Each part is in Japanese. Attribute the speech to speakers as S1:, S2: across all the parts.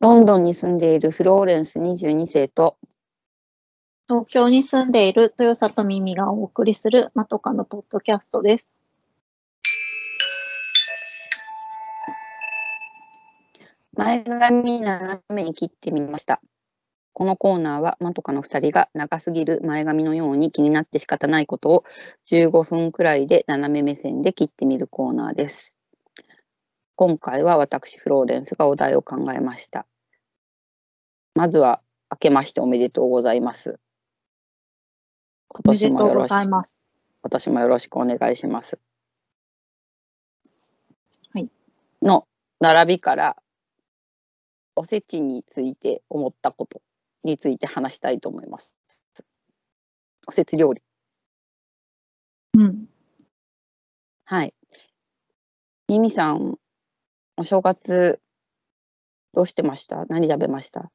S1: ロンドンに住んでいるフローレンス22世と、
S2: 東京に住んでいる豊里耳がお送りするまとかのポッドキャストです。
S1: 前髪斜めに切ってみました。このコーナーは、まとかの2人が長すぎる前髪のように気になって仕方ないことを15分くらいで斜め目線で切ってみるコーナーです。今回は私、フローレンスがお題を考えました。まずは、明けましておめでとうございます。今
S2: おめで
S1: 年も
S2: と
S1: よ
S2: う
S1: ろ
S2: ご
S1: し
S2: ざい
S1: 今
S2: ます。
S1: 年もよろしくお願いします。
S2: はい。
S1: の並びから、おせちについて思ったことについて話したいと思います。おせち料理。
S2: うん。
S1: はい。ミミさん、お正月、どうしてました何食べました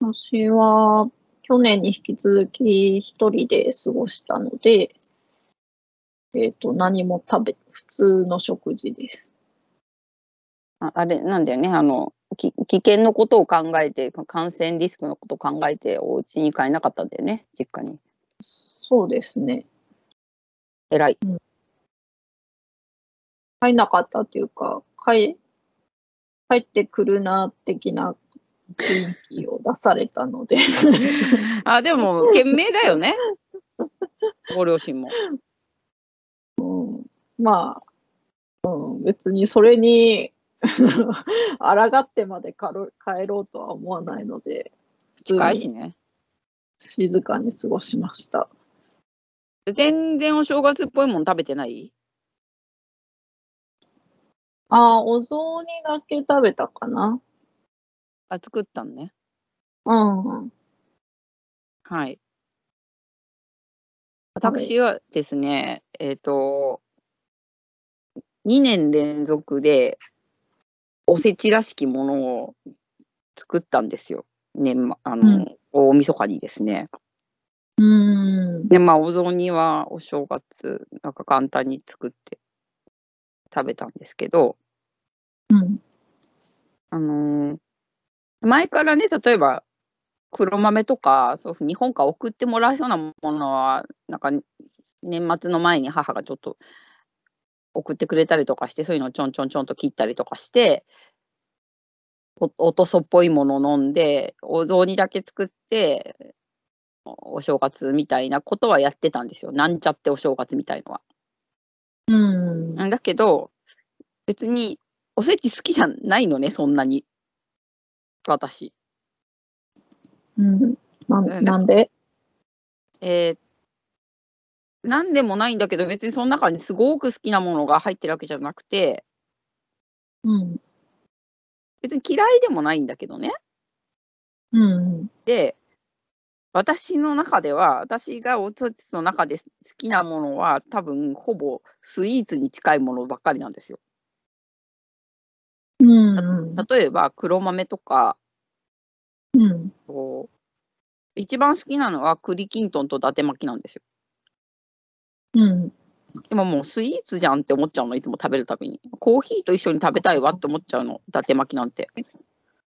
S2: 私は、去年に引き続き一人で過ごしたので、えっ、と、何も食べ、普通の食事です。
S1: ああれ、なんだよね。あの、き危険のことを考えて、か感染リスクのことを考えて、お家に帰れなかったんだよね、実家に。
S2: そうですね。
S1: 偉い。
S2: 帰んなかったというか、帰、帰ってくるな、的な雰囲気を出されたので。
S1: あ、でも、懸命だよね。ご両親も。
S2: まあ、うん、別にそれに 抗ってまでかろ帰ろうとは思わないので、普
S1: 近い
S2: 通
S1: し
S2: に
S1: ね。
S2: 静かに過ごしました。
S1: 全然お正月っぽいもん食べてない
S2: ああ、お雑煮だけ食べたかな。
S1: あ、作ったんね。
S2: うん。
S1: はい。私はですね、えっ、と、2年連続でおせちらしきものを作ったんですよ。年末あの、
S2: う
S1: 大晦日にですね。
S2: うん。
S1: で、まあ、お雑煮はお正月、なんか簡単に作って食べたんですけど、
S2: うん。
S1: あのー前からね、例えば、黒豆とか、そういうふうに日本から送ってもらえそうなものは、なんか、年末の前に母がちょっと送ってくれたりとかして、そういうのをちょんちょんちょんと切ったりとかして、おおとそっぽいものを飲んで、お雑煮だけ作って、おお正月みたいなことはやってたんですよ。なんちゃってお正月みたいのは。
S2: うん。
S1: だけど、別におせち好きじゃないのね、そんなに。私。
S2: うん。な
S1: うんん
S2: なんで
S1: えー、なんでもないんだけど、別にその中にすごく好きなものが入ってるわけじゃなくて、
S2: うん。
S1: 別に嫌いでもないんだけどね。
S2: うん。
S1: で、私の中では、私がおとつの中で好きなものは、多分ほぼスイーツに近いものばっかりなんですよ。
S2: うん。
S1: 例えば、黒豆とか、
S2: うん。
S1: こう一番好きなのは栗きんとんと伊達巻きなんですよ。
S2: うん。
S1: でももうスイーツじゃんって思っちゃうの、いつも食べるたびに。コーヒーと一緒に食べたいわって思っちゃうの、伊達巻きなんて。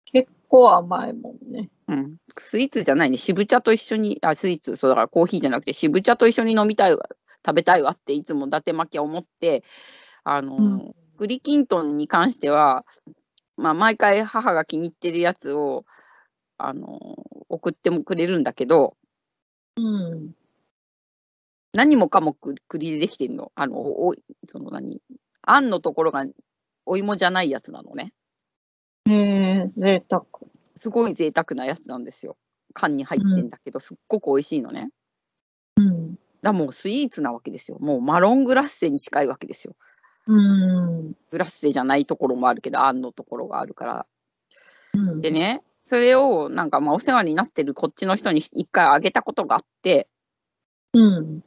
S2: 結構甘いもんね。
S1: うん、スイーツじゃないね、渋茶と一緒に、あ、スイーツ、そうだからコーヒーじゃなくて、渋茶と一緒に飲みたいわ、食べたいわっていつも伊達巻きは思って、あの、
S2: うん
S1: 栗きんとんに関しては、まあ、毎回母が気に入ってるやつを、あの、送ってもくれるんだけど、
S2: うん。
S1: 何もかもく栗でできてるの。あの、おその何、あんのところがお芋じゃないやつなのね。
S2: ええ贅沢。
S1: すごい贅沢なやつなんですよ。缶に入ってんだけど、すっごく美味しいのね。
S2: うん。
S1: だからもうスイーツなわけですよ。もうマロングラッセに近いわけですよ。
S2: うん。
S1: グラッセじゃないところもあるけど、あんのところがあるから。
S2: うん
S1: でね、それをなんかまあお世話になってるこっちの人に一回あげたことがあって、
S2: うん。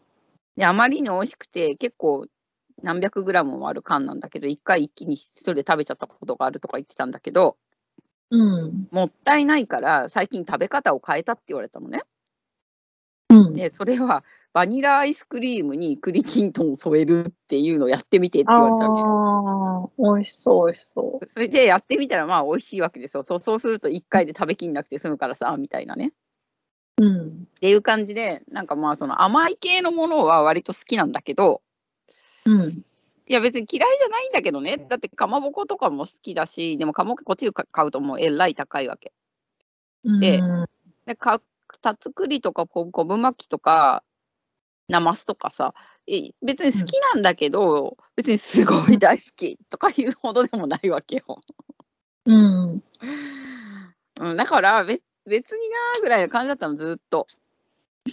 S1: で、あまりに美味しくて、結構何百グラムもある缶なんだけど、一回一気に一人で食べちゃったことがあるとか言ってたんだけど、
S2: うん。
S1: もったいないから最近食べ方を変えたって言われたのね。
S2: うん。
S1: で、それはバニラアイスクリームに栗きんとんを添えるっていうのをやってみてって言われたわけ。
S2: あ美味しそう、美味しそう。
S1: それでやってみたらまあ美味しいわけですよ。そうそうすると1回で食べきんなくて済むからさみたいなね。
S2: うん。
S1: っていう感じでなんかまあその甘い系のものは割と好きなんだけど
S2: うん。
S1: いや別に嫌いじゃないんだけどねだってかまぼことかも好きだしでもかまぼここっちで買うともうえらい高いわけ。で
S2: うん、
S1: でかたつくりとかこ昆布巻きとかなますとかさえ別に好きなんだけど、別にすごい大好きとかいうほどでもないわけよ。
S2: うん。
S1: うん、だから別別になーぐらいの感じだったのずっと。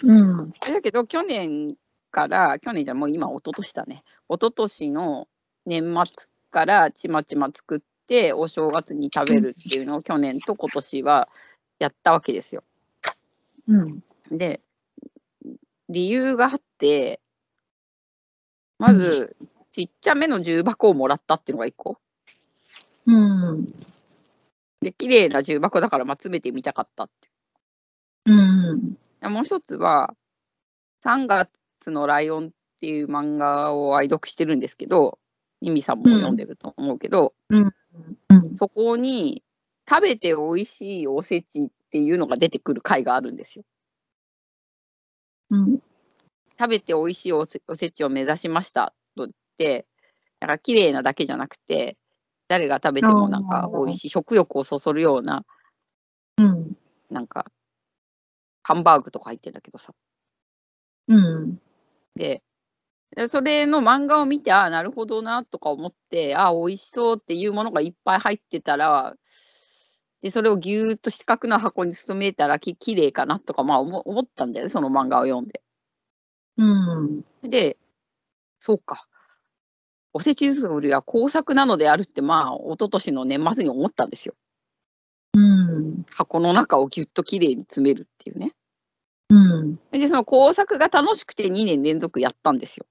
S2: うん。
S1: あれだけど去年から去年じゃもう今一昨年だね一昨年の年末からちまちま作ってお正月に食べるっていうのを去年と今年はやったわけですよ。
S2: うん。
S1: で理由があってまずちっちゃめの重箱をもらったっていうのが1個
S2: うん。
S1: で綺麗な重箱だからまあ詰めてみたかったっていう
S2: うん。
S1: でもう一つは3月のライオンっていう漫画を愛読してるんですけどミミさんも読んでると思うけど、
S2: うん。
S1: そこに食べて美味しいおせちっていうのが出てくる回があるんですよ
S2: うん。
S1: 食べて美味しいおせおせちを目指しましたと言ってだから綺麗なだけじゃなくて誰が食べてもなんか美味しい食欲をそそるような
S2: うん。
S1: なんかハンバーグとか入ってんだけどさ
S2: うん。
S1: ででそれの漫画を見てああなるほどなとか思ってああ美味しそうっていうものがいっぱい入ってたらでそれをぎゅーっと四角な箱に詰めたらき綺麗かなとかまあ思思ったんだよねその漫画を読んで。
S2: うん。
S1: で、そうか。おせち作りは工作なのであるって、まあ、一昨年の年末に思ったんですよ。
S2: うん。
S1: 箱の中をぎゅっときれいに詰めるっていうね。
S2: うん。
S1: で、その工作が楽しくて2年連続やったんですよ。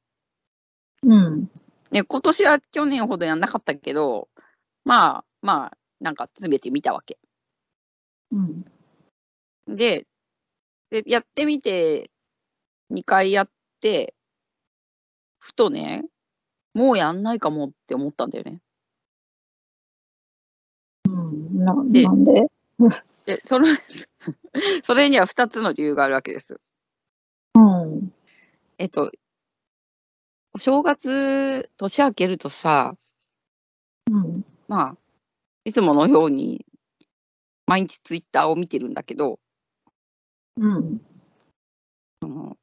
S2: うん。
S1: ね、今年は去年ほどやんなかったけど、まあまあ、なんか詰めてみたわけ。
S2: うん。
S1: で、でやってみて、2回やって、ふとね、もうやんないかもって思ったんだよね。
S2: うん。な
S1: で
S2: なんで
S1: で、それ、 それには2つの理由があるわけです。
S2: うん。
S1: えっと、お正月、年明けるとさ、
S2: うん。
S1: まあ、いつものように、毎日ツイッターを見てるんだけど、
S2: うん。
S1: あの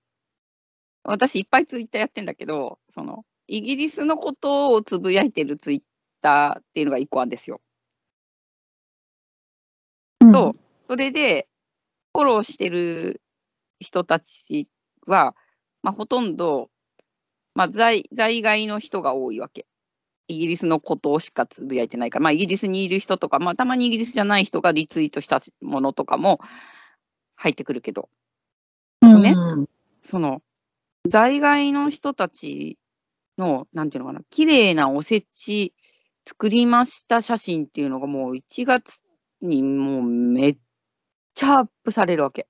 S1: 私いっぱいツイッターやってんだけど、その、イギリスのことをつぶやいてるツイッターっていうのが1個あるんですよ。と、それで、フォローしてる人たちは、まあ、ほとんど、まあ、在在外の人が多いわけ。イギリスのことしかつぶやいてないから、まあ、イギリスにいる人とか、まあ、たまにイギリスじゃない人がリツイートしたものとかも入ってくるけど、
S2: うん。
S1: ね
S2: うん。
S1: その、在外の人たちの、なんていうのかな、綺麗なおせち作りました写真っていうのがもう1月にもうめっちゃアップされるわけ。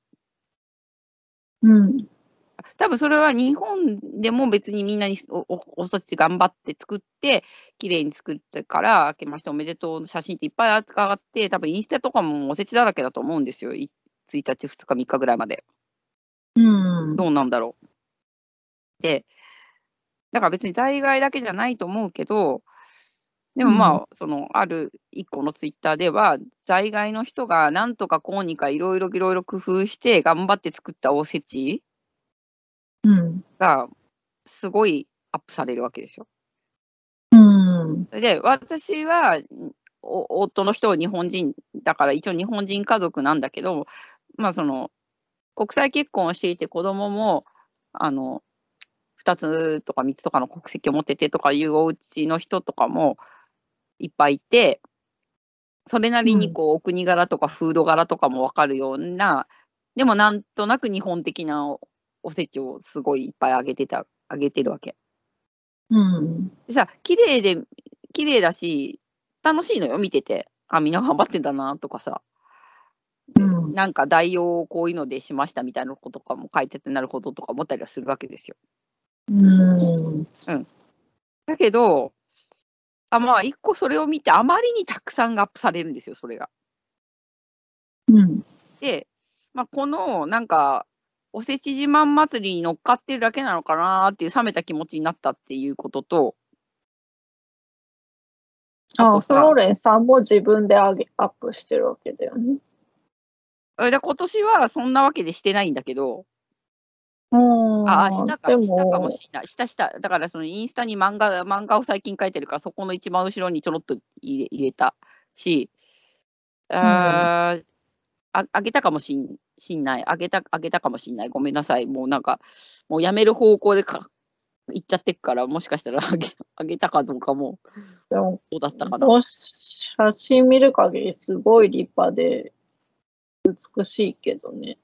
S2: うん。
S1: 多分それは日本でも別にみんなにおおおそち頑張って作って、綺麗に作ってから、明けましておめでとうの写真っていっぱい扱って、多分インスタとかもおせちだらけだと思うんですよ。い1日、2日、3日ぐらいまで。
S2: うん。
S1: どうなんだろう。で、だから別に在外だけじゃないと思うけど、でもまあ、そのある一個のツイッターでは、在外の人がなんとかこうにかいろいろいろいろ工夫して頑張って作ったおせち
S2: うん。
S1: がすごいアップされるわけでしょ。
S2: うん。
S1: で、私はお夫の人は日本人だから、一応日本人家族なんだけど、まあその、国際結婚をしていて子供も、あの、2つとか3つとかの国籍を持っててとかいうお家の人とかもいっぱいいて、それなりにこう、お国柄とか風土柄とかもわかるような、でもなんとなく日本的なおおせちをすごいいっぱいあげてた、あげてるわけ。
S2: うん。
S1: でさ綺麗で綺麗だし楽しいのよ見ててあみんな頑張ってんだなとかさ
S2: うん。
S1: なんか代用をこういうのでしましたみたいなこととかも書いててなるほどとか思ったりはするわけですよ
S2: うん。
S1: だけどあまあ一個それを見てあまりにたくさんアップされるんですよそれが。
S2: うん。
S1: で、まあ、このなんかおせち自慢祭りに乗っかってるだけなのかなっていう冷めた気持ちになったっていうこととあ
S2: あ
S1: とさ
S2: ソロレンさんも自分で上げアップしてるわけだよね。
S1: えで今年はそんなわけでしてないんだけどああしたか
S2: で
S1: したかも
S2: も、
S1: しれないしたしただからそのインスタに漫画漫画を最近書いてるからそこの一番後ろにちょろっと入れ入れたしあー、ああげたかもしんしんないあげたあげたかもしんないごめんなさいもうなんかもうやめる方向でか行っちゃってっからもしかしたらあげあげたかどうかも
S2: でも
S1: そうだったかな
S2: この写真見る限りすごい立派で美しいけどね。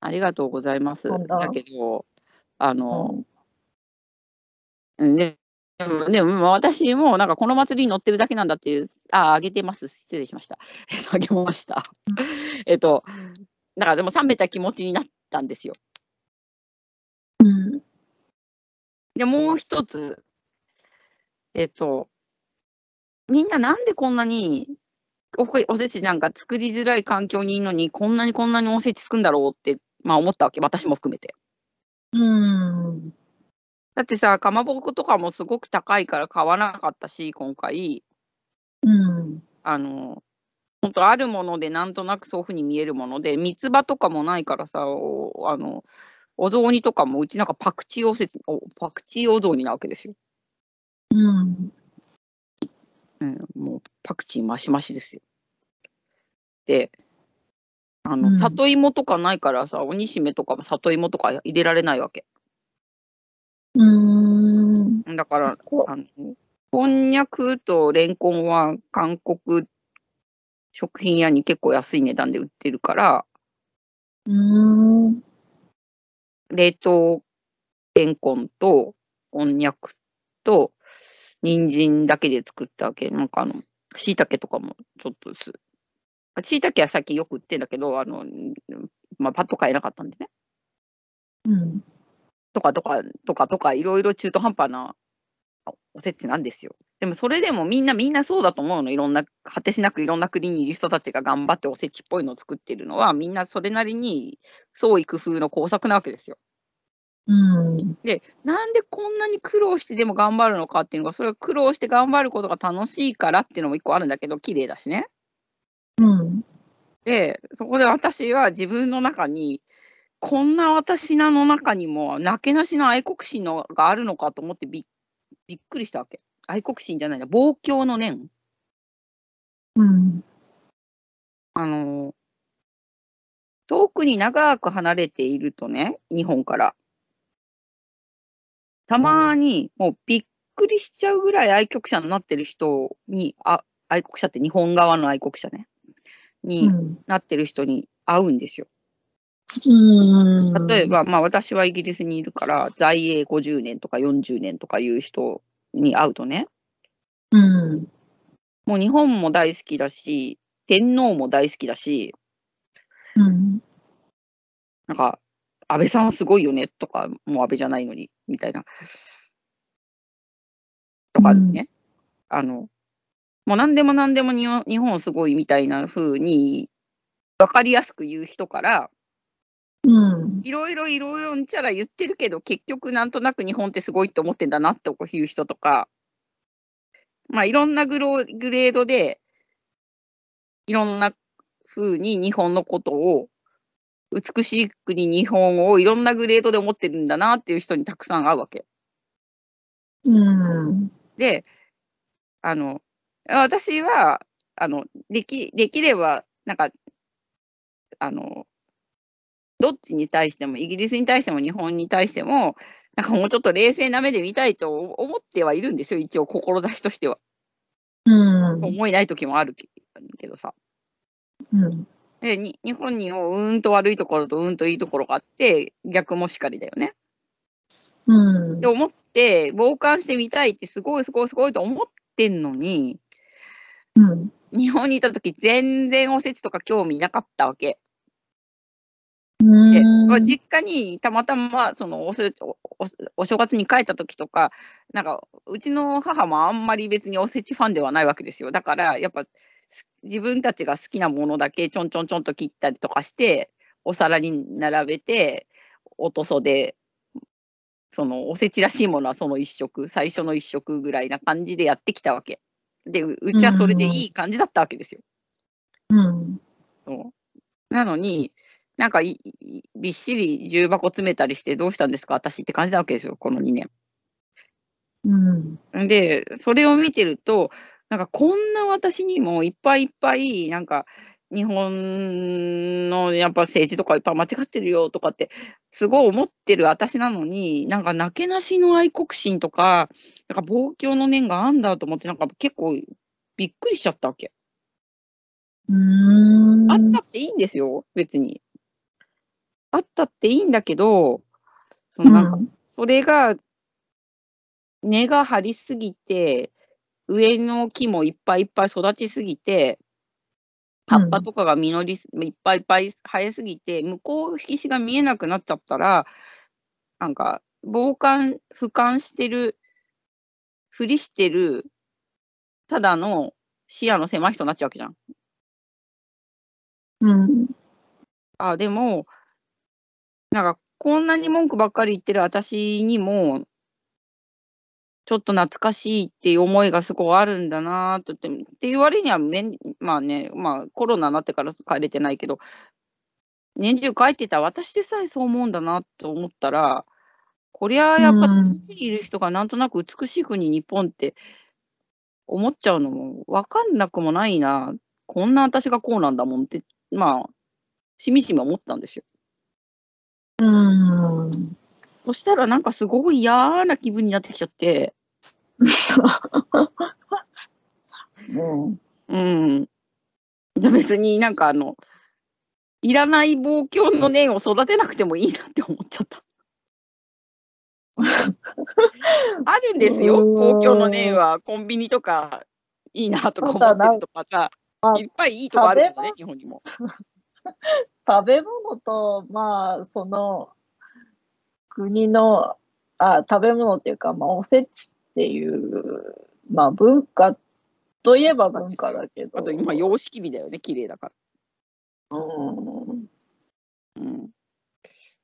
S1: ありがとうございます
S2: なんだ
S1: だけどあの、
S2: うん
S1: うんで でもでもまあ私もなんかこの祭りに乗ってるだけなんだっていう、あ、あげてます、失礼しました。 えっとあげました。 えっと、だからでも冷めた気持ちになったんですよ。
S2: うん
S1: で、もう一つ、えっと、みんななんでこんなにおこおせちなんか作りづらい環境にいるのに、こんなにこんなにおせち作るんだろうって、まあ思ったわけ、私も含めて。
S2: うん。
S1: だってさ、かまぼことかもすごく高いから買わなかったし、今回。
S2: うん。
S1: あの、本当あるもので、なんとなくそういうふうに見えるもので、三つ葉とかもないからさ、おあの、お雑煮とかも、うちなんかパクチーおせおパクチーお雑煮なわけですよ。
S2: うん。
S1: うん、もうパクチーマシマシですよ。で、あ
S2: う
S1: の、
S2: ん
S1: 里芋とかないからさ、鬼しめとかも里芋とか入れられないわけ。
S2: うん。
S1: だから、
S2: こ
S1: あのこんにゃくとレンコンは韓国食品屋に結構安い値段で売ってるから、
S2: うん。
S1: 冷凍レンコンとこんにゃくと人参だけで作ったわけなんかあの椎茸とかもちょっとです椎茸は最近よく売ってんだけどあの、うんまあ、パッと買えなかったんでね
S2: うん。
S1: とかとかとかとかいろいろ中途半端なおせちなんですよでもそれでもみんなみんなそうだと思うのいろんな果てしなくいろんな国にいる人たちが頑張っておせちっぽいのを作ってるのはみんなそれなりに創意工夫の工作なわけですよ
S2: うん。
S1: で、なんでこんなに苦労してでも頑張るのかっていうのが、それは苦労して頑張ることが楽しいからっていうのも一個あるんだけど、綺麗だしね。
S2: うん。
S1: で、そこで私は自分の中に、こんな私なの中にも、なけなしの愛国心のがあるのかと思ってびっびっくりしたわけ。愛国心じゃないな、望郷の念。
S2: うん。
S1: あの、遠くに長く離れているとね、日本から。たまに、もうびっくりしちゃうぐらい愛国者になってる人に、あ愛国者って日本側の愛国者ね、になってる人に会うんですよ。
S2: うん。
S1: 例え、ば、まあ私はイギリスにいるから、在英50年とか40年とかいう人に会うとね、
S2: うん。
S1: もう日本も大好きだし、天皇も大好きだし、
S2: うん。
S1: なんか、安倍さんはすごいよねとか、もう安倍じゃないのに、みたいな。とかね、あの、もう何でも何でもに日本すごいみたいな風に、分かりやすく言う人から、
S2: うん。
S1: いろいろいろいろんちゃら言ってるけど、結局なんとなく日本ってすごいって思ってんだなっていう人とか、まあいろんなグローグレードで、いろんな風に日本のことを、美しい国日本をいろんなグレードで思ってるんだなっていう人にたくさん会うわけ。
S2: うん。
S1: で、あの、私は、あの、でき、できれば、なんか、あの、どっちに対しても、イギリスに対しても、日本に対しても、なんかもうちょっと冷静な目で見たいと思ってはいるんですよ、一応、志としては。
S2: うん。
S1: 思えない時もあるけけどさ。
S2: うん。
S1: でに、日本にもうーんと悪いところとうーんといいところがあって、逆もしかりだよね。
S2: うん
S1: って。思って、傍観してみたいって、すごいすごいすごいと思ってんのに、
S2: うん。
S1: 日本にいた時全然おせちとか興味なかったわけ。
S2: うん。うん
S1: まあ実家にたまたまそのおせおおお正月に帰った時とか、なんかうちの母もあんまり別におせちファンではないわけですよ。だからやっぱす自分たちが好きなものだけちょんちょんちょんと切ったりとかして、お皿に並べて、おとそで、そのおせちらしいものはその一食、最初の一食ぐらいな感じでやってきたわけ。で、ううちはそれでいい感じだったわけですよ。
S2: うん。
S1: なのに、なんかいいびっしり重箱詰めたりしてどうしたんですか私って感じなわけですよ、この2
S2: うん。
S1: 年。で、それを見てると、なんかこんな私にもいっぱいいっぱい、なんか日本のやっぱ政治とかいっぱい間違ってるよとかって、すごい思ってる私なのに、なんかなけなしの愛国心とか、なんか望郷の面があんだと思って、なんか結構びっくりしちゃったわけ。
S2: うん。
S1: あったっていいんですよ、別に。あったっていいんだけど、そのなんか、
S2: うん
S1: それが、根が張りすぎて、上の木もいっぱいいっぱい育ちすぎて、葉っぱとかが実りす、いっぱいいっぱい生えすぎて、向こう引きしが見えなくなっちゃったら、なんか、傍観、俯瞰してる、ふりしてる、ただの視野の狭い人になっちゃうわけじゃん。
S2: うん。
S1: あ、でも、なんか、こんなに文句ばっかり言ってる私にも、ちょっと懐かしいっていう思いがすごいあるんだなとって、っていう割にはめん、まあね、まあコロナになってから帰れてないけど、年中帰ってた私でさえそう思うんだなと思ったら、こりゃやっぱ
S2: うん
S1: 遠くにいる人がなんとなく美しい国日本って思っちゃうのもわかんなくもないな、こんな私がこうなんだもんって、まあ、しみしみ思ったんですよ。
S2: うん。
S1: そしたらなんかすごい嫌な気分になってきちゃって、
S2: うん。
S1: うん。じゃあ別になんかあの、いらない望郷の念を育てなくてもいいなって思っちゃった。 あるんですよ、
S2: うーん
S1: 望郷の念は。コンビニとかいいなとか思ってるとかさ
S2: ただなん、か
S1: いっぱいいいとこあるよ
S2: 食べ
S1: ね
S2: 物、
S1: 日本にも。
S2: 食べ物と、まあ、その、国の、あ、食べ物っていうか、まあ、おせちっていう、まあ、文化といえば文化だけど。
S1: あと今、様式美だよね、綺麗だか
S2: うん
S1: ら。うん。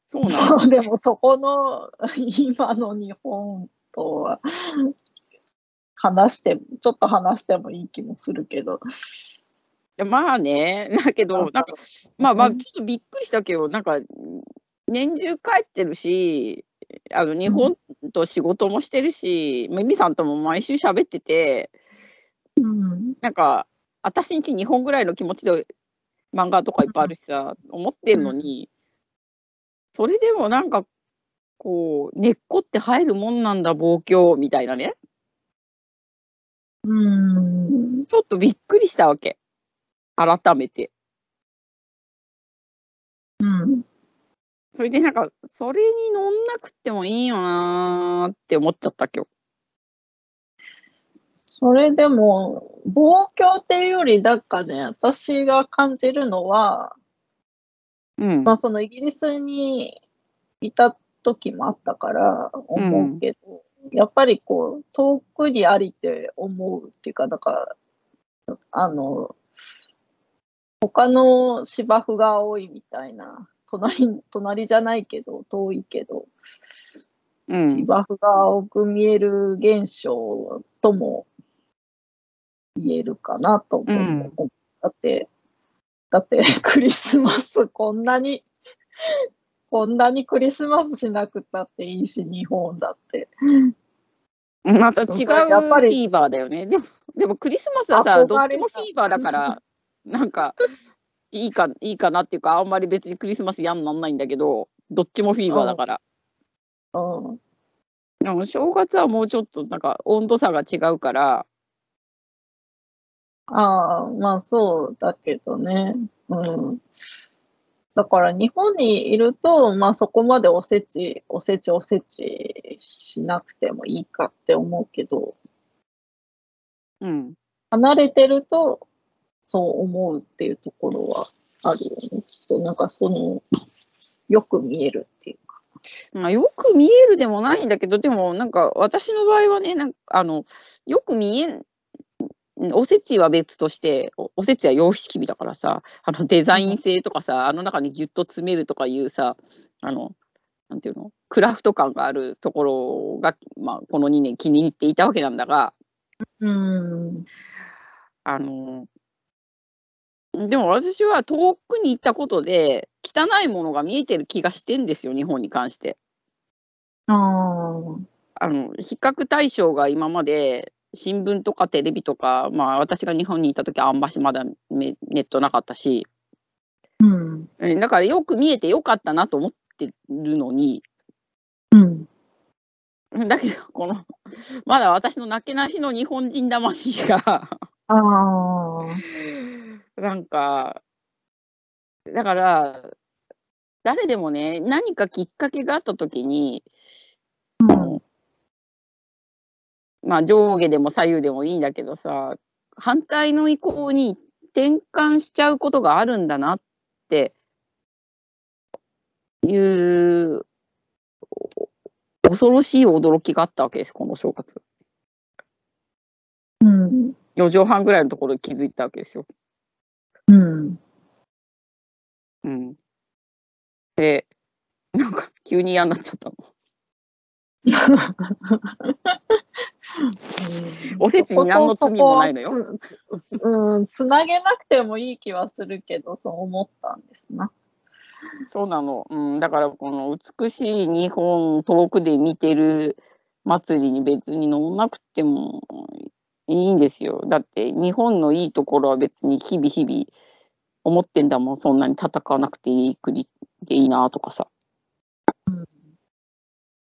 S1: そうなの。
S2: まあでも、そこの、今の日本とは、話して、ちょっと話してもいい気もするけど。
S1: いやまあね、だけど、なんか、まあまあ、ち
S2: う
S1: ょ
S2: ん
S1: っとびっくりしたけど、なんか、年中帰ってるし、あの日本と仕事もしてるし、めみさんとも毎週喋ってて、
S2: うん。
S1: なんか、私んち日本ぐらいの気持ちで漫画とかいっぱいあるしさ、思ってんのに、それでもなんか、こう、根っこって生えるもんなんだ、望郷みたいなね、
S2: うん。
S1: ちょっとびっくりしたわけ、改めて。
S2: うん。
S1: それでなんか、それに乗んなくってもいいよなーって思っちゃった、今日。
S2: それでも、望郷っていうより、なんかね、私が感じるのは、
S1: うん
S2: まあ、そのイギリスにいた時もあったから思うけど、やっぱりこう、遠くにありって思うっていうか、なんか、あの、他の芝生が多いみたいな、隣、隣じゃないけど、遠いけど、
S1: うん。
S2: 芝生が青く見える現象とも言えるかなと思う。
S1: うん
S2: だって、だって クリスマスこんなに、こんなにクリスマスしなくたっていいし、日本だって。
S1: また違うフ
S2: やっぱり
S1: ィーバーだよね。でも、でもクリスマスはさ、
S2: 憧れ
S1: ど
S2: た
S1: っちもフィーバーだから、なんか、いいか、いいかなっていうか、あんまり別にクリスマス嫌になんないんだけど、どっちもフィーバーだから。
S2: うん。
S1: でも正月はもうちょっと、なんか、温度差が違うから、
S2: ああ、まあそうだけどね。うん。だから日本にいると、まあそこまでおせち、おせちおせちしなくてもいいかって思うけど、
S1: うん。
S2: 離れてると、そう思うっていうところはあるよね。きっと、なんかその、よく見えるっていうか。
S1: まあ、よく見えるでもないんだけどでもなんか私の場合はねなんかあのよく見えんおせちは別としておおせちは様式美だからさあのデザイン性とかさあの中にギュッと詰めるとかいうさあのなんていうのクラフト感があるところが、まあ、この2年気に入っていたわけなんだが
S2: うん。
S1: あのでも私は遠くに行ったことで汚いものが見えてる気がしてんですよ日本に関して。
S2: ああ。
S1: あの比較対象が今まで新聞とかテレビとか、まあ、私が日本にいた時あんましまだめネットなかったし
S2: うん。
S1: えだからよく見えてよかったなと思ってるのに
S2: うん。
S1: だけどこのまだ私のなけなしの日本人魂が
S2: ああ。
S1: なんかだから誰でもね何かきっかけがあった時にまあ、上下でも左右でもいいんだけどさ反対の意向に転換しちゃうことがあるんだなっていうお恐ろしい驚きがあったわけですこの正月
S2: うん。
S1: 4畳半ぐらいのところで気づいたわけですよ。
S2: うん。
S1: うん、でなんか急に嫌になっちゃったの。おせちに何の罪もないのよ
S2: そことそこはつうん、つなげなくてもいい気はするけど、そう思ったんですな。。
S1: そうなの、うん、だからこの美しい日本を遠くで見てる祭りに別に乗んなくてもいいんですよだって日本のいいところは別に日々日々思ってんだもんそんなに戦わなくていい国でいいなとかさ。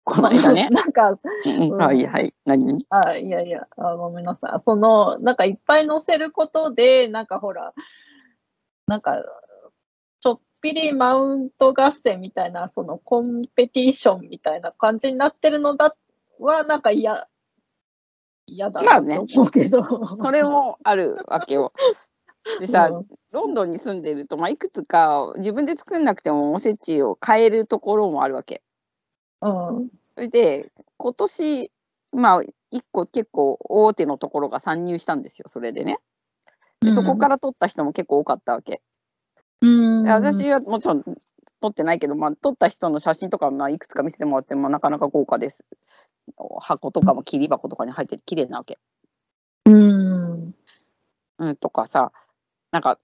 S1: この間ね
S2: なんか、
S1: うんうんはいはい。何々
S2: あ、いやいやあ、ごめんなさい。その、なんかいっぱい載せることで、なんかほら、なんか、ちょっぴりマウント合戦みたいな、そのコンペティションみたいな感じになってるのだは、なんか嫌、嫌だ
S1: まあ
S2: な
S1: ね
S2: と思うけど。
S1: それもあるわけよ。でさ、
S2: うん
S1: ロンドンに住んでると、まあ、いくつか自分で作んなくてもおせちを買えるところもあるわけ。
S2: うん。
S1: それで今年まあ一個結構大手のところが参入したんですよそれでねでそこから取った人も結構多かったわけ、
S2: うん、
S1: で私はもちろん取ってないけど、まあ、取った人の写真とかまあいくつか見せてもらって、まあ、なかなか豪華です箱とかも切り箱とかに入ってて綺麗なわけ、
S2: うん。
S1: うん、とかさなんか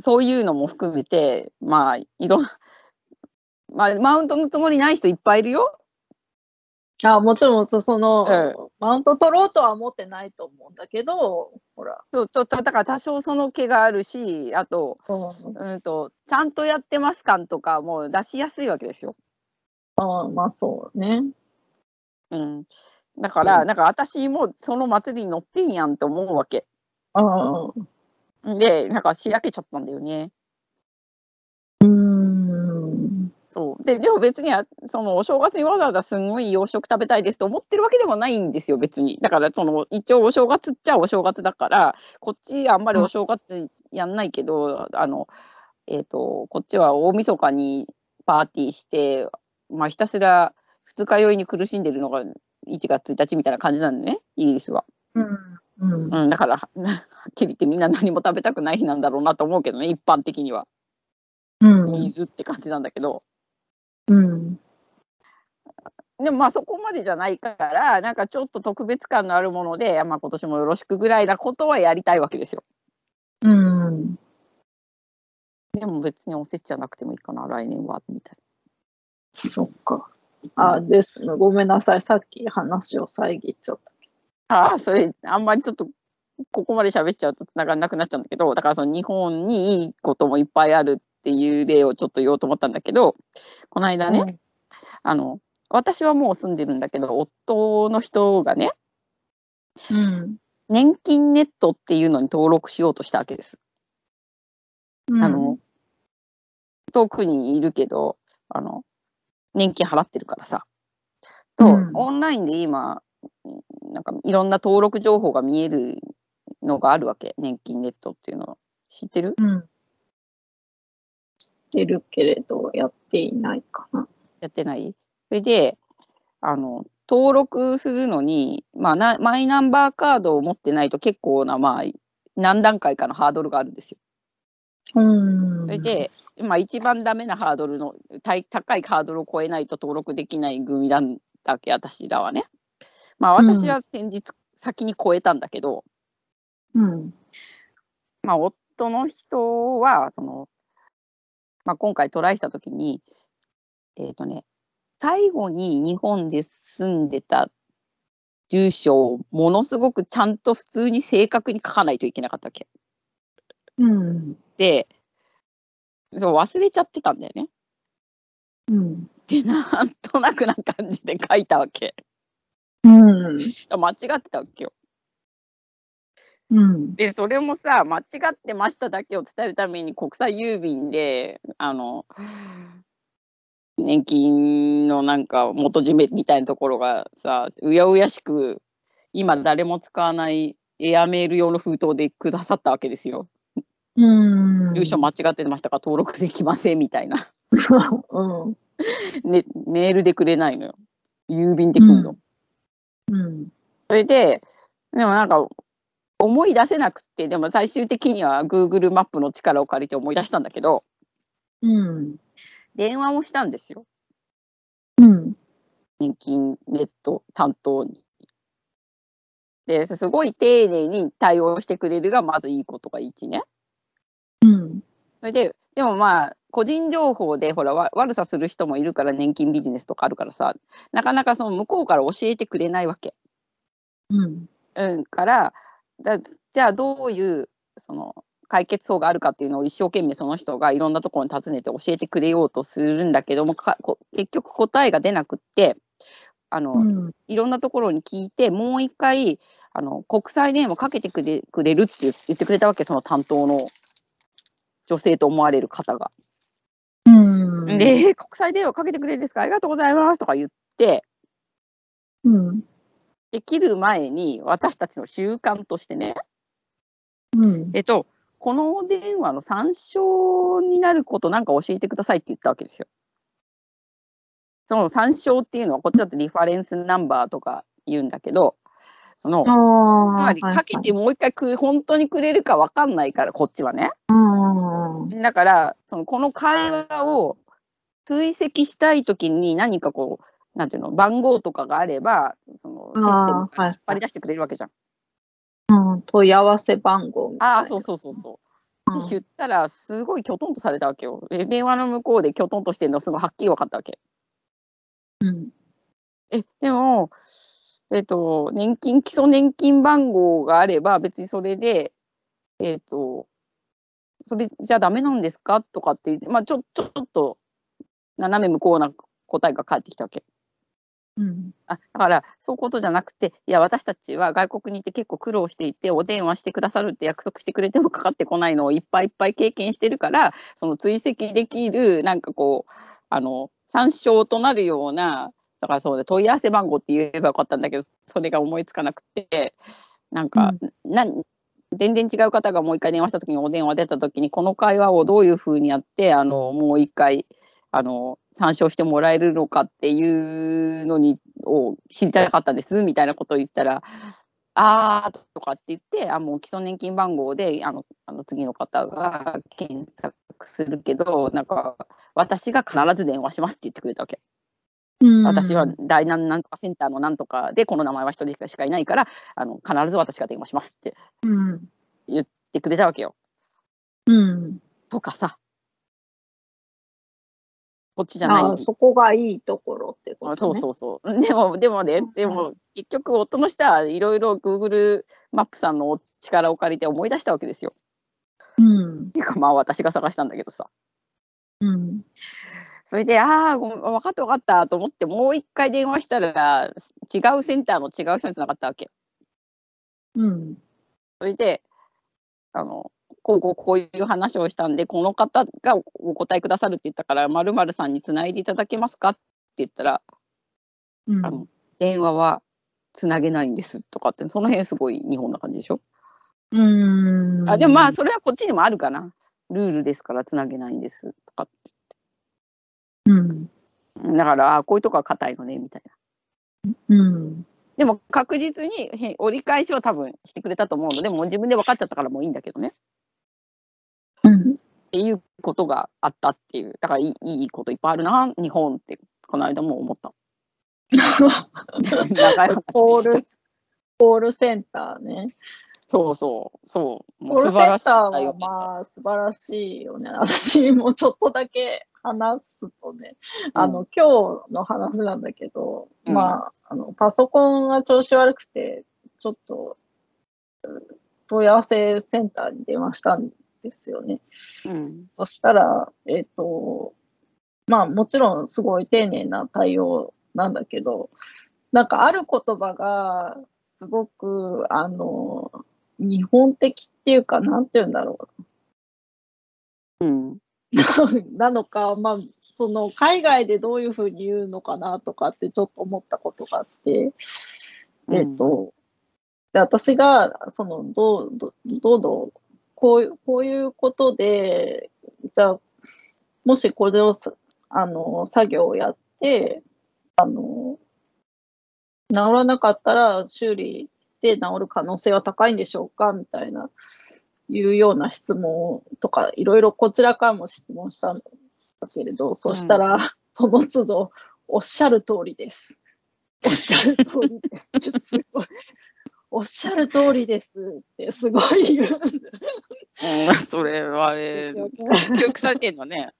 S1: そういうのも含めてまあいろんな、まあ、マウントのつもりない人いっぱいいるよ
S2: あもちろんそ、その、
S1: え
S2: マウント取ろうとは思ってないと思うんだけど、ほら。
S1: そうちょっとだから多少その気があるしあと
S2: うん
S1: うんと、ちゃんとやってます感とかも出しやすいわけですよ。
S2: あまあそうね。
S1: うん、だから、
S2: うん
S1: なんか私もその祭りに乗ってんやんと思うわけ。
S2: あ
S1: で、なんかしらけちゃったんだよね。
S2: うん。
S1: そうででも別にあそのお正月にわざわざすごい洋食食べたいですと思ってるわけでもないんですよ別にだからその一応お正月っちゃお正月だからこっちあんまりお正月やんないけど、あのえー、とこっちは大晦日にパーティーして、まあ、ひたすら二日酔いに苦しんでるのが1月1日みたいな感じなんでねイギリスは、
S2: うん。うん
S1: うん、だからははっきり言ってみんな何も食べたくない日なんだろうなと思うけどね一般的には
S2: うん。
S1: 水って感じなんだけど。
S2: うん。
S1: でもまあそこまでじゃないからなんかちょっと特別感のあるもので、まあ、今年もよろしくぐらいなことはやりたいわけですよ。
S2: うん。
S1: でも別におせちじゃなくてもいいかな来年はみたい
S2: そっか。あです。ごめんなさい。さっき話を遮っちゃっ
S1: な。ああそれあんまりちょっとここまで喋っちゃうとつながらなくなっちゃうんだけどだからその日本にいいこともいっぱいあるっていう例をちょっと言おうと思ったんだけどこの間
S2: た。
S1: ね、あの私はもう住んでるんだけど夫の人がね
S2: うん。
S1: 年金ネットっていうのに登録しようとしたわけです。
S2: うん。
S1: あの、遠くにいるけど、あの、年金払ってるからさ。と、
S2: うん
S1: オンラインで今、うんなんかいろんな登録情報が見えるのがあるわけ。年金ネットっていうのは。知ってる
S2: うん。してるけれど、やっていないかな。
S1: やってないそれであの登録するのに、まあ、なマイナンバーカードを持ってないと結構な、まあ、何段階かのハードルがあるんですよ。
S2: うん。
S1: それで、まあ、一番ダメなハードルの大高いハードルを超えないと登録できない組なんだっけ私らはね。まあ
S2: うん
S1: 私は先日先に超えたんだけど、
S2: うん。
S1: まあ、夫の人はその、まあ、今回トライした時にえっ、とね最後に日本で住んでた住所をものすごくちゃんと普通に正確に書かないといけなかったわけ
S2: うん。
S1: でそう忘れちゃってたんだよね。
S2: うん。
S1: でなんとなくな感じで書いたわけ。
S2: うん。
S1: 間違ってたわけよ。
S2: うん。
S1: でそれもさ間違ってましただけを伝えるために国際郵便であの年金のなんか元締めみたいなところがさうやうやしく今誰も使わないエアメール用の封筒でくださったわけですよ。
S2: うん。
S1: 住所間違ってましたから登録できませんみたいな、
S2: うん。
S1: ね。メールでくれないのよ。郵便で来るの。
S2: うん。
S1: それで、でもなんか、思い出せなくって、でも最終的には Google マップの力を借りて思い出したんだけど、
S2: うん。
S1: 電話をしたんですよ。
S2: うん。
S1: 年金ネット担当に。で、すごい丁寧に対応してくれるが、まずいいことが1ね。
S2: うん。
S1: それで、でもまあ、個人情報で、ほら、わ悪さする人もいるから、年金ビジネスとかあるからさ、なかなかその向こうから教えてくれないわけ。
S2: うん。
S1: うん、からだじゃあどういうその解決法があるかっていうのを一生懸命その人がいろんなところに訪ねて教えてくれようとするんだけどもかこ結局答えが出なくってあの、
S2: うん。
S1: いろんなところに聞いてもう一回あの国際電話かけてくれくれるって言言ってくれたわけその担当の女性と思われる方が。
S2: うん。
S1: で「国際電話かけてくれるんですかありがとうございます」とか言って
S2: うん。
S1: で切る前に私たちの習慣としてね
S2: うん。
S1: えっと、このお電話の参照になることなんか教えてくださいって言ったわけですよ。その参照っていうのは、こっちだとリファレンスナンバーとか言うんだけど、その、つ
S2: ああ。
S1: まりかけてもう一回く、本当にくれるか分かんないから、こっちはね。
S2: うん。
S1: だから、そのこの会話を追跡したいときに何かこう、なんていうの、番号とかがあれば、そのシステムから引っ張り出してくれるわけじゃん。
S2: うん問い合わせ番号みたいな。
S1: ああー、そうそうそうそう。って言ったら、すごいきょとんとされたわけよ。で電話の向こうできょとんとしてるの、すごいはっきり分かったわけ。
S2: うん。
S1: え、でも、えっ、と、年金、基礎年金番号があれば、別にそれで、えっ、と、それじゃダメなんですかとかって言って、まあ、ちょ、ちょっと、斜め向こうな答えが返ってきたわけ。
S2: うん。
S1: あだから、そういうことじゃなくて、いや、私たちは外国にいて結構苦労していて、お電話してくださるって約束してくれてもかかってこないのをいっぱいいっぱい経験してるから、その追跡できる、なんかこう、あの、参照となるような、だからそうで、問い合わせ番号って言えばよかったんだけど、それが思いつかなくて、なんか、なん全然違う方がもう一回電話した時にお電話出た時にこの会話をどういうふうにやってあのもう一回あの参照してもらえるのかっていうのにを知りたかったんですみたいなことを言ったら「あー」とかって言ってあもう基礎年金番号であのあの次の方が検索するけどなんか私が必ず電話しますって言ってくれたわけ。
S2: うん
S1: 私は第何なんとかセンターのなんとかでこの名前は一人しかいないからあの必ず私が電話しますって言っ
S2: うん。
S1: てくれたわけよ。
S2: うん。
S1: とかさこっちじゃない
S2: ああ、そこがいいところってこと
S1: あ
S2: ね。
S1: そうそうそう。 でも、でもね
S2: うん、
S1: でも、結局、夫の人はいろいろ Google マップさんのお力を借りて思い出したわけですよ。
S2: う。うん
S1: て。いうか、まあ、私が探したんだけどさ。
S2: うん。
S1: それで、ああ、ごめん分かった分かったと思って、もう一回電話したら、違うセンターの違う人につながったわけ。
S2: うん。
S1: それで、あの、こうこうこういう話をしたんで、この方がお答えくださるって言ったから、まるさんにつないでいただけますかって言ったら、あ
S2: うん
S1: の。電話はつなげないんですとかって、その辺すごい日本な感じでしょ。
S2: うん。
S1: あでもまあそれはこっちにもあるかな。ルールですからつなげないんですととかっ
S2: うん。
S1: てだからあこういうとこは硬いのねみたいな
S2: うん。
S1: でも確実にへ折り返しは多分してくれたと思うのでもう自分で分かっちゃったからもういいんだけどね
S2: うん。
S1: っていうことがあったっていうだからいいいいこといっぱいあるな日本ってこの間も思った 長い話で
S2: コ
S1: し
S2: ール
S1: た、
S2: コールセンターね。
S1: そうそうそうも
S2: コー
S1: う
S2: ル
S1: 素
S2: セン
S1: 晴ら
S2: タ
S1: しい
S2: ー
S1: だよ
S2: はまあ素晴らしいよね。 私もちょっとだけ話すとね、あの、今日の話なんだけど、
S1: うん
S2: まあ、あの、パソコンが調子悪くて、ちょっと、うん問い合わせセンターに電話したんですよね。
S1: うん
S2: そしたら、えっ、と、まあもちろんすごい丁寧な対応なんだけど、なんかある言葉がすごく、あの、日本的っていうか、なんて言うんだろ
S1: うん
S2: う。 なのか、まあ、その海外でどういうふうに言うのかなとかってちょっと思ったことがあって、
S1: うん
S2: えっ、と、で私が、その、どう、どどうどう、こういう、こういうことで、じゃあ、もしこれをさ、あの、作業をやって、あの、治らなかったら修理で治る可能性は高いんでしょうかみたいな、いうような質問とか、いろいろこちらからも質問したんだけれど、そしたら、その都度、おっしゃる通りです。おっしゃる通りですってすごい。おっしゃる通りですってすごい言うん
S1: うん、それはあれ
S2: ですよね。
S1: 教育されてんのね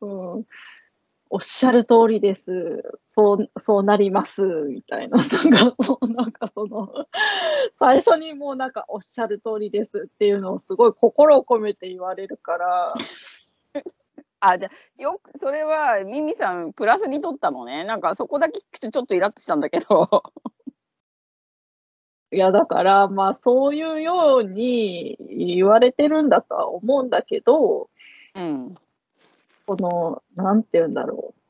S2: うんおっしゃる通りです。そう、そうなります。みたいな。なんか、もうなんかその、最初にもうなんかおっしゃる通りですっていうのをすごい心を込めて言われるから、
S1: あじゃあよくそれはミミさんプラスに取ったのねなんかそこだけ聞くとちょっとイラッとしたんだけど
S2: いやだから、まあそういうように言われてるんだとは思うんだけど、
S1: うん
S2: この、なんて言うんだろう。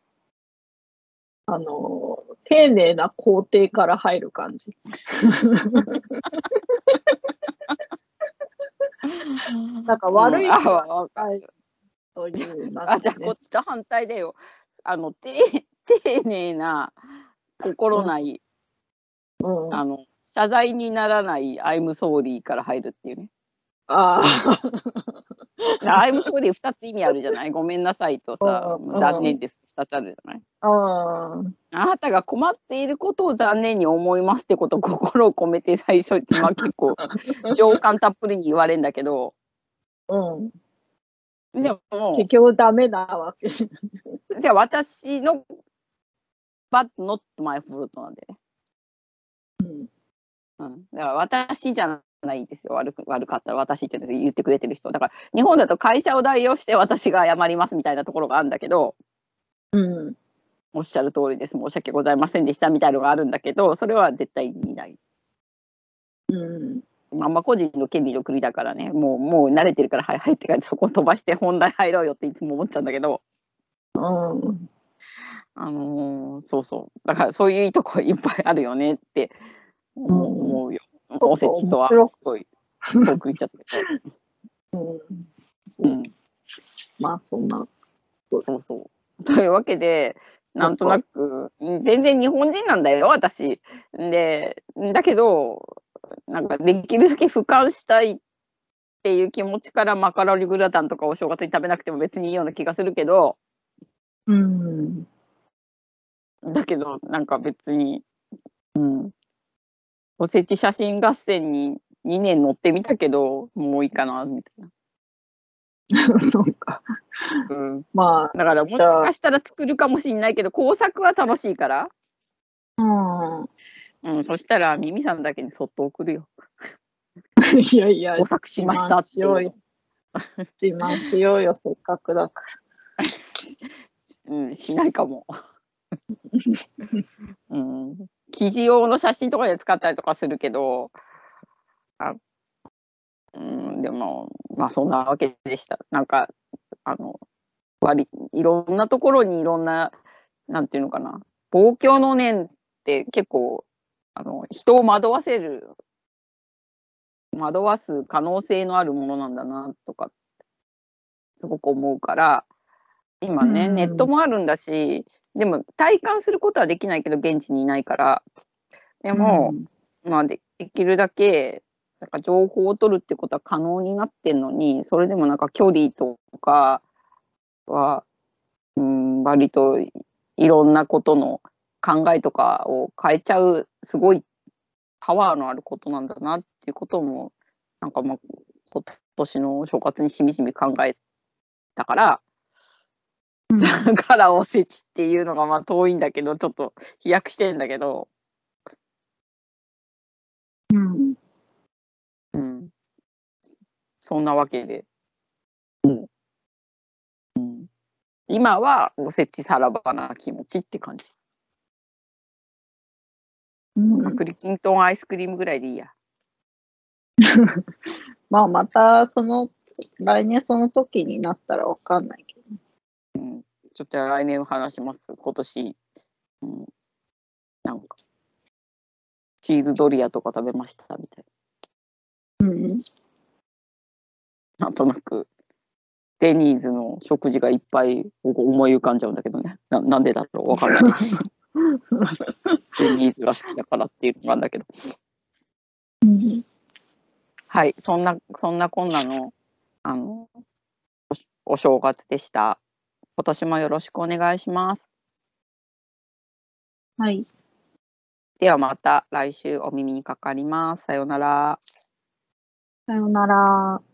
S2: あの、丁寧な工程から入る感じ。なんか悪
S1: う
S2: い
S1: ん
S2: 気
S1: あ
S2: が
S1: わ
S2: しないという、なんかね
S1: あじゃあこっちと反対だよあのて 丁寧な心ない、
S2: うん、あ
S1: あの謝罪にならない「アイムソーリー」から入るっていうね
S2: あ
S1: 「アイムソーリー」2つ意味あるじゃない「ごめんなさい」とさ
S2: うん
S1: 「
S2: うん
S1: 残念です」2つあるじゃない
S2: ー、あー
S1: あなたが困っていることを残念に思いますってことを心を込めて最初に、まあ、結 構情感たっぷりに言われんだけど
S2: うん、
S1: でも
S2: 結局ダメなわけ。
S1: じゃあ私の but not my fault なんでね、
S2: うん
S1: うん、だから私じゃないんですよ悪く悪かったら私って言ってくれてる人だから日本だと会社を代表して私が謝りますみたいなところがあるんだけど
S2: うん、
S1: おっしゃる通りです申し訳ございませんでしたみたいのがあるんだけどそれは絶対にない
S2: うん、
S1: まあ、まあ個人の権利の国だからねもうもう慣れてるから「はいはい」って感じそこ飛ばして本題入ろうよっていつも思っちゃうんだけど、
S2: うん、
S1: あのーそうそうだからそういうとこいっぱいあるよねって思う
S2: うん
S1: 思うよ、
S2: と
S1: おせちとは
S2: 面白く
S1: すごい遠く行っちゃったけど、うん、
S2: まあそんな。
S1: そうそう。 というわけでなんとなくうん全然日本人なんだよ私。でだけどなんかできるだけ俯瞰したいっていう気持ちからマカロニグラタンとかお正月に食べなくても別にいいような気がするけど
S2: うん、
S1: だけどなんか別に、うん、おせち写真合戦に2年乗ってみたけどもういいかなみたい
S2: そうか。
S1: な。 うん、
S2: ま
S1: だからもしかしたら作るかもしんないけど工作は楽しいから。
S2: あ、うん。
S1: うん、そしたら、ミミさんだけにそっと送るよ。
S2: いやいや、
S1: お作しましたってい
S2: 自慢しよう
S1: う
S2: よ。自慢しようよ、せっかくだか
S1: うん、しないかも。うん、記事用の写真とかで使ったりとかするけど、あうん、でも、まあそんなわけでした。なんか、あの、割り、いろんなところにいろんな、なんていうのかな、望郷の念って結構、あの、人を惑わせる、惑わす可能性のあるものなんだな、とかすごく思うから今ね、
S2: うん
S1: ネットもあるんだしでも体感することはできないけど現地にいないからでも、まあでできるだけなんか情報を取るってことは可能になってんのにそれでもなんか距離とかはうん割といろんなことの考えとかを変えちゃうすごいパワーのあることなんだなっていうこともなんかまあ今年の正月にしみじみ考えたから
S2: うん
S1: だからおせちっていうのがまあ遠いんだけどちょっと飛躍してんだけど。
S2: うん
S1: うん。そんなわけで。うん。うん、今はおせちさらばな気持ちって感じ。
S2: うん
S1: 栗きんとんアイスクリームぐらいでいいや。
S2: まあまたその来年その時になったらわかんないけど
S1: ちょっと来年話します。今年。うん。なんか。チーズドリアとか食べましたみたい
S2: うん
S1: な。なんとなく。デニーズの食事がいっぱい思い浮かんじゃうんだけどね。ななんでだろうわからない。デニーズが好きだからっていうのなんだけど。
S2: うん
S1: はい、そんな、そんなこんなの、あの、おお正月でした。今年もよろしくお願いします。
S2: はい
S1: ではまた来週お耳にかかります。さようなら。
S2: さようなら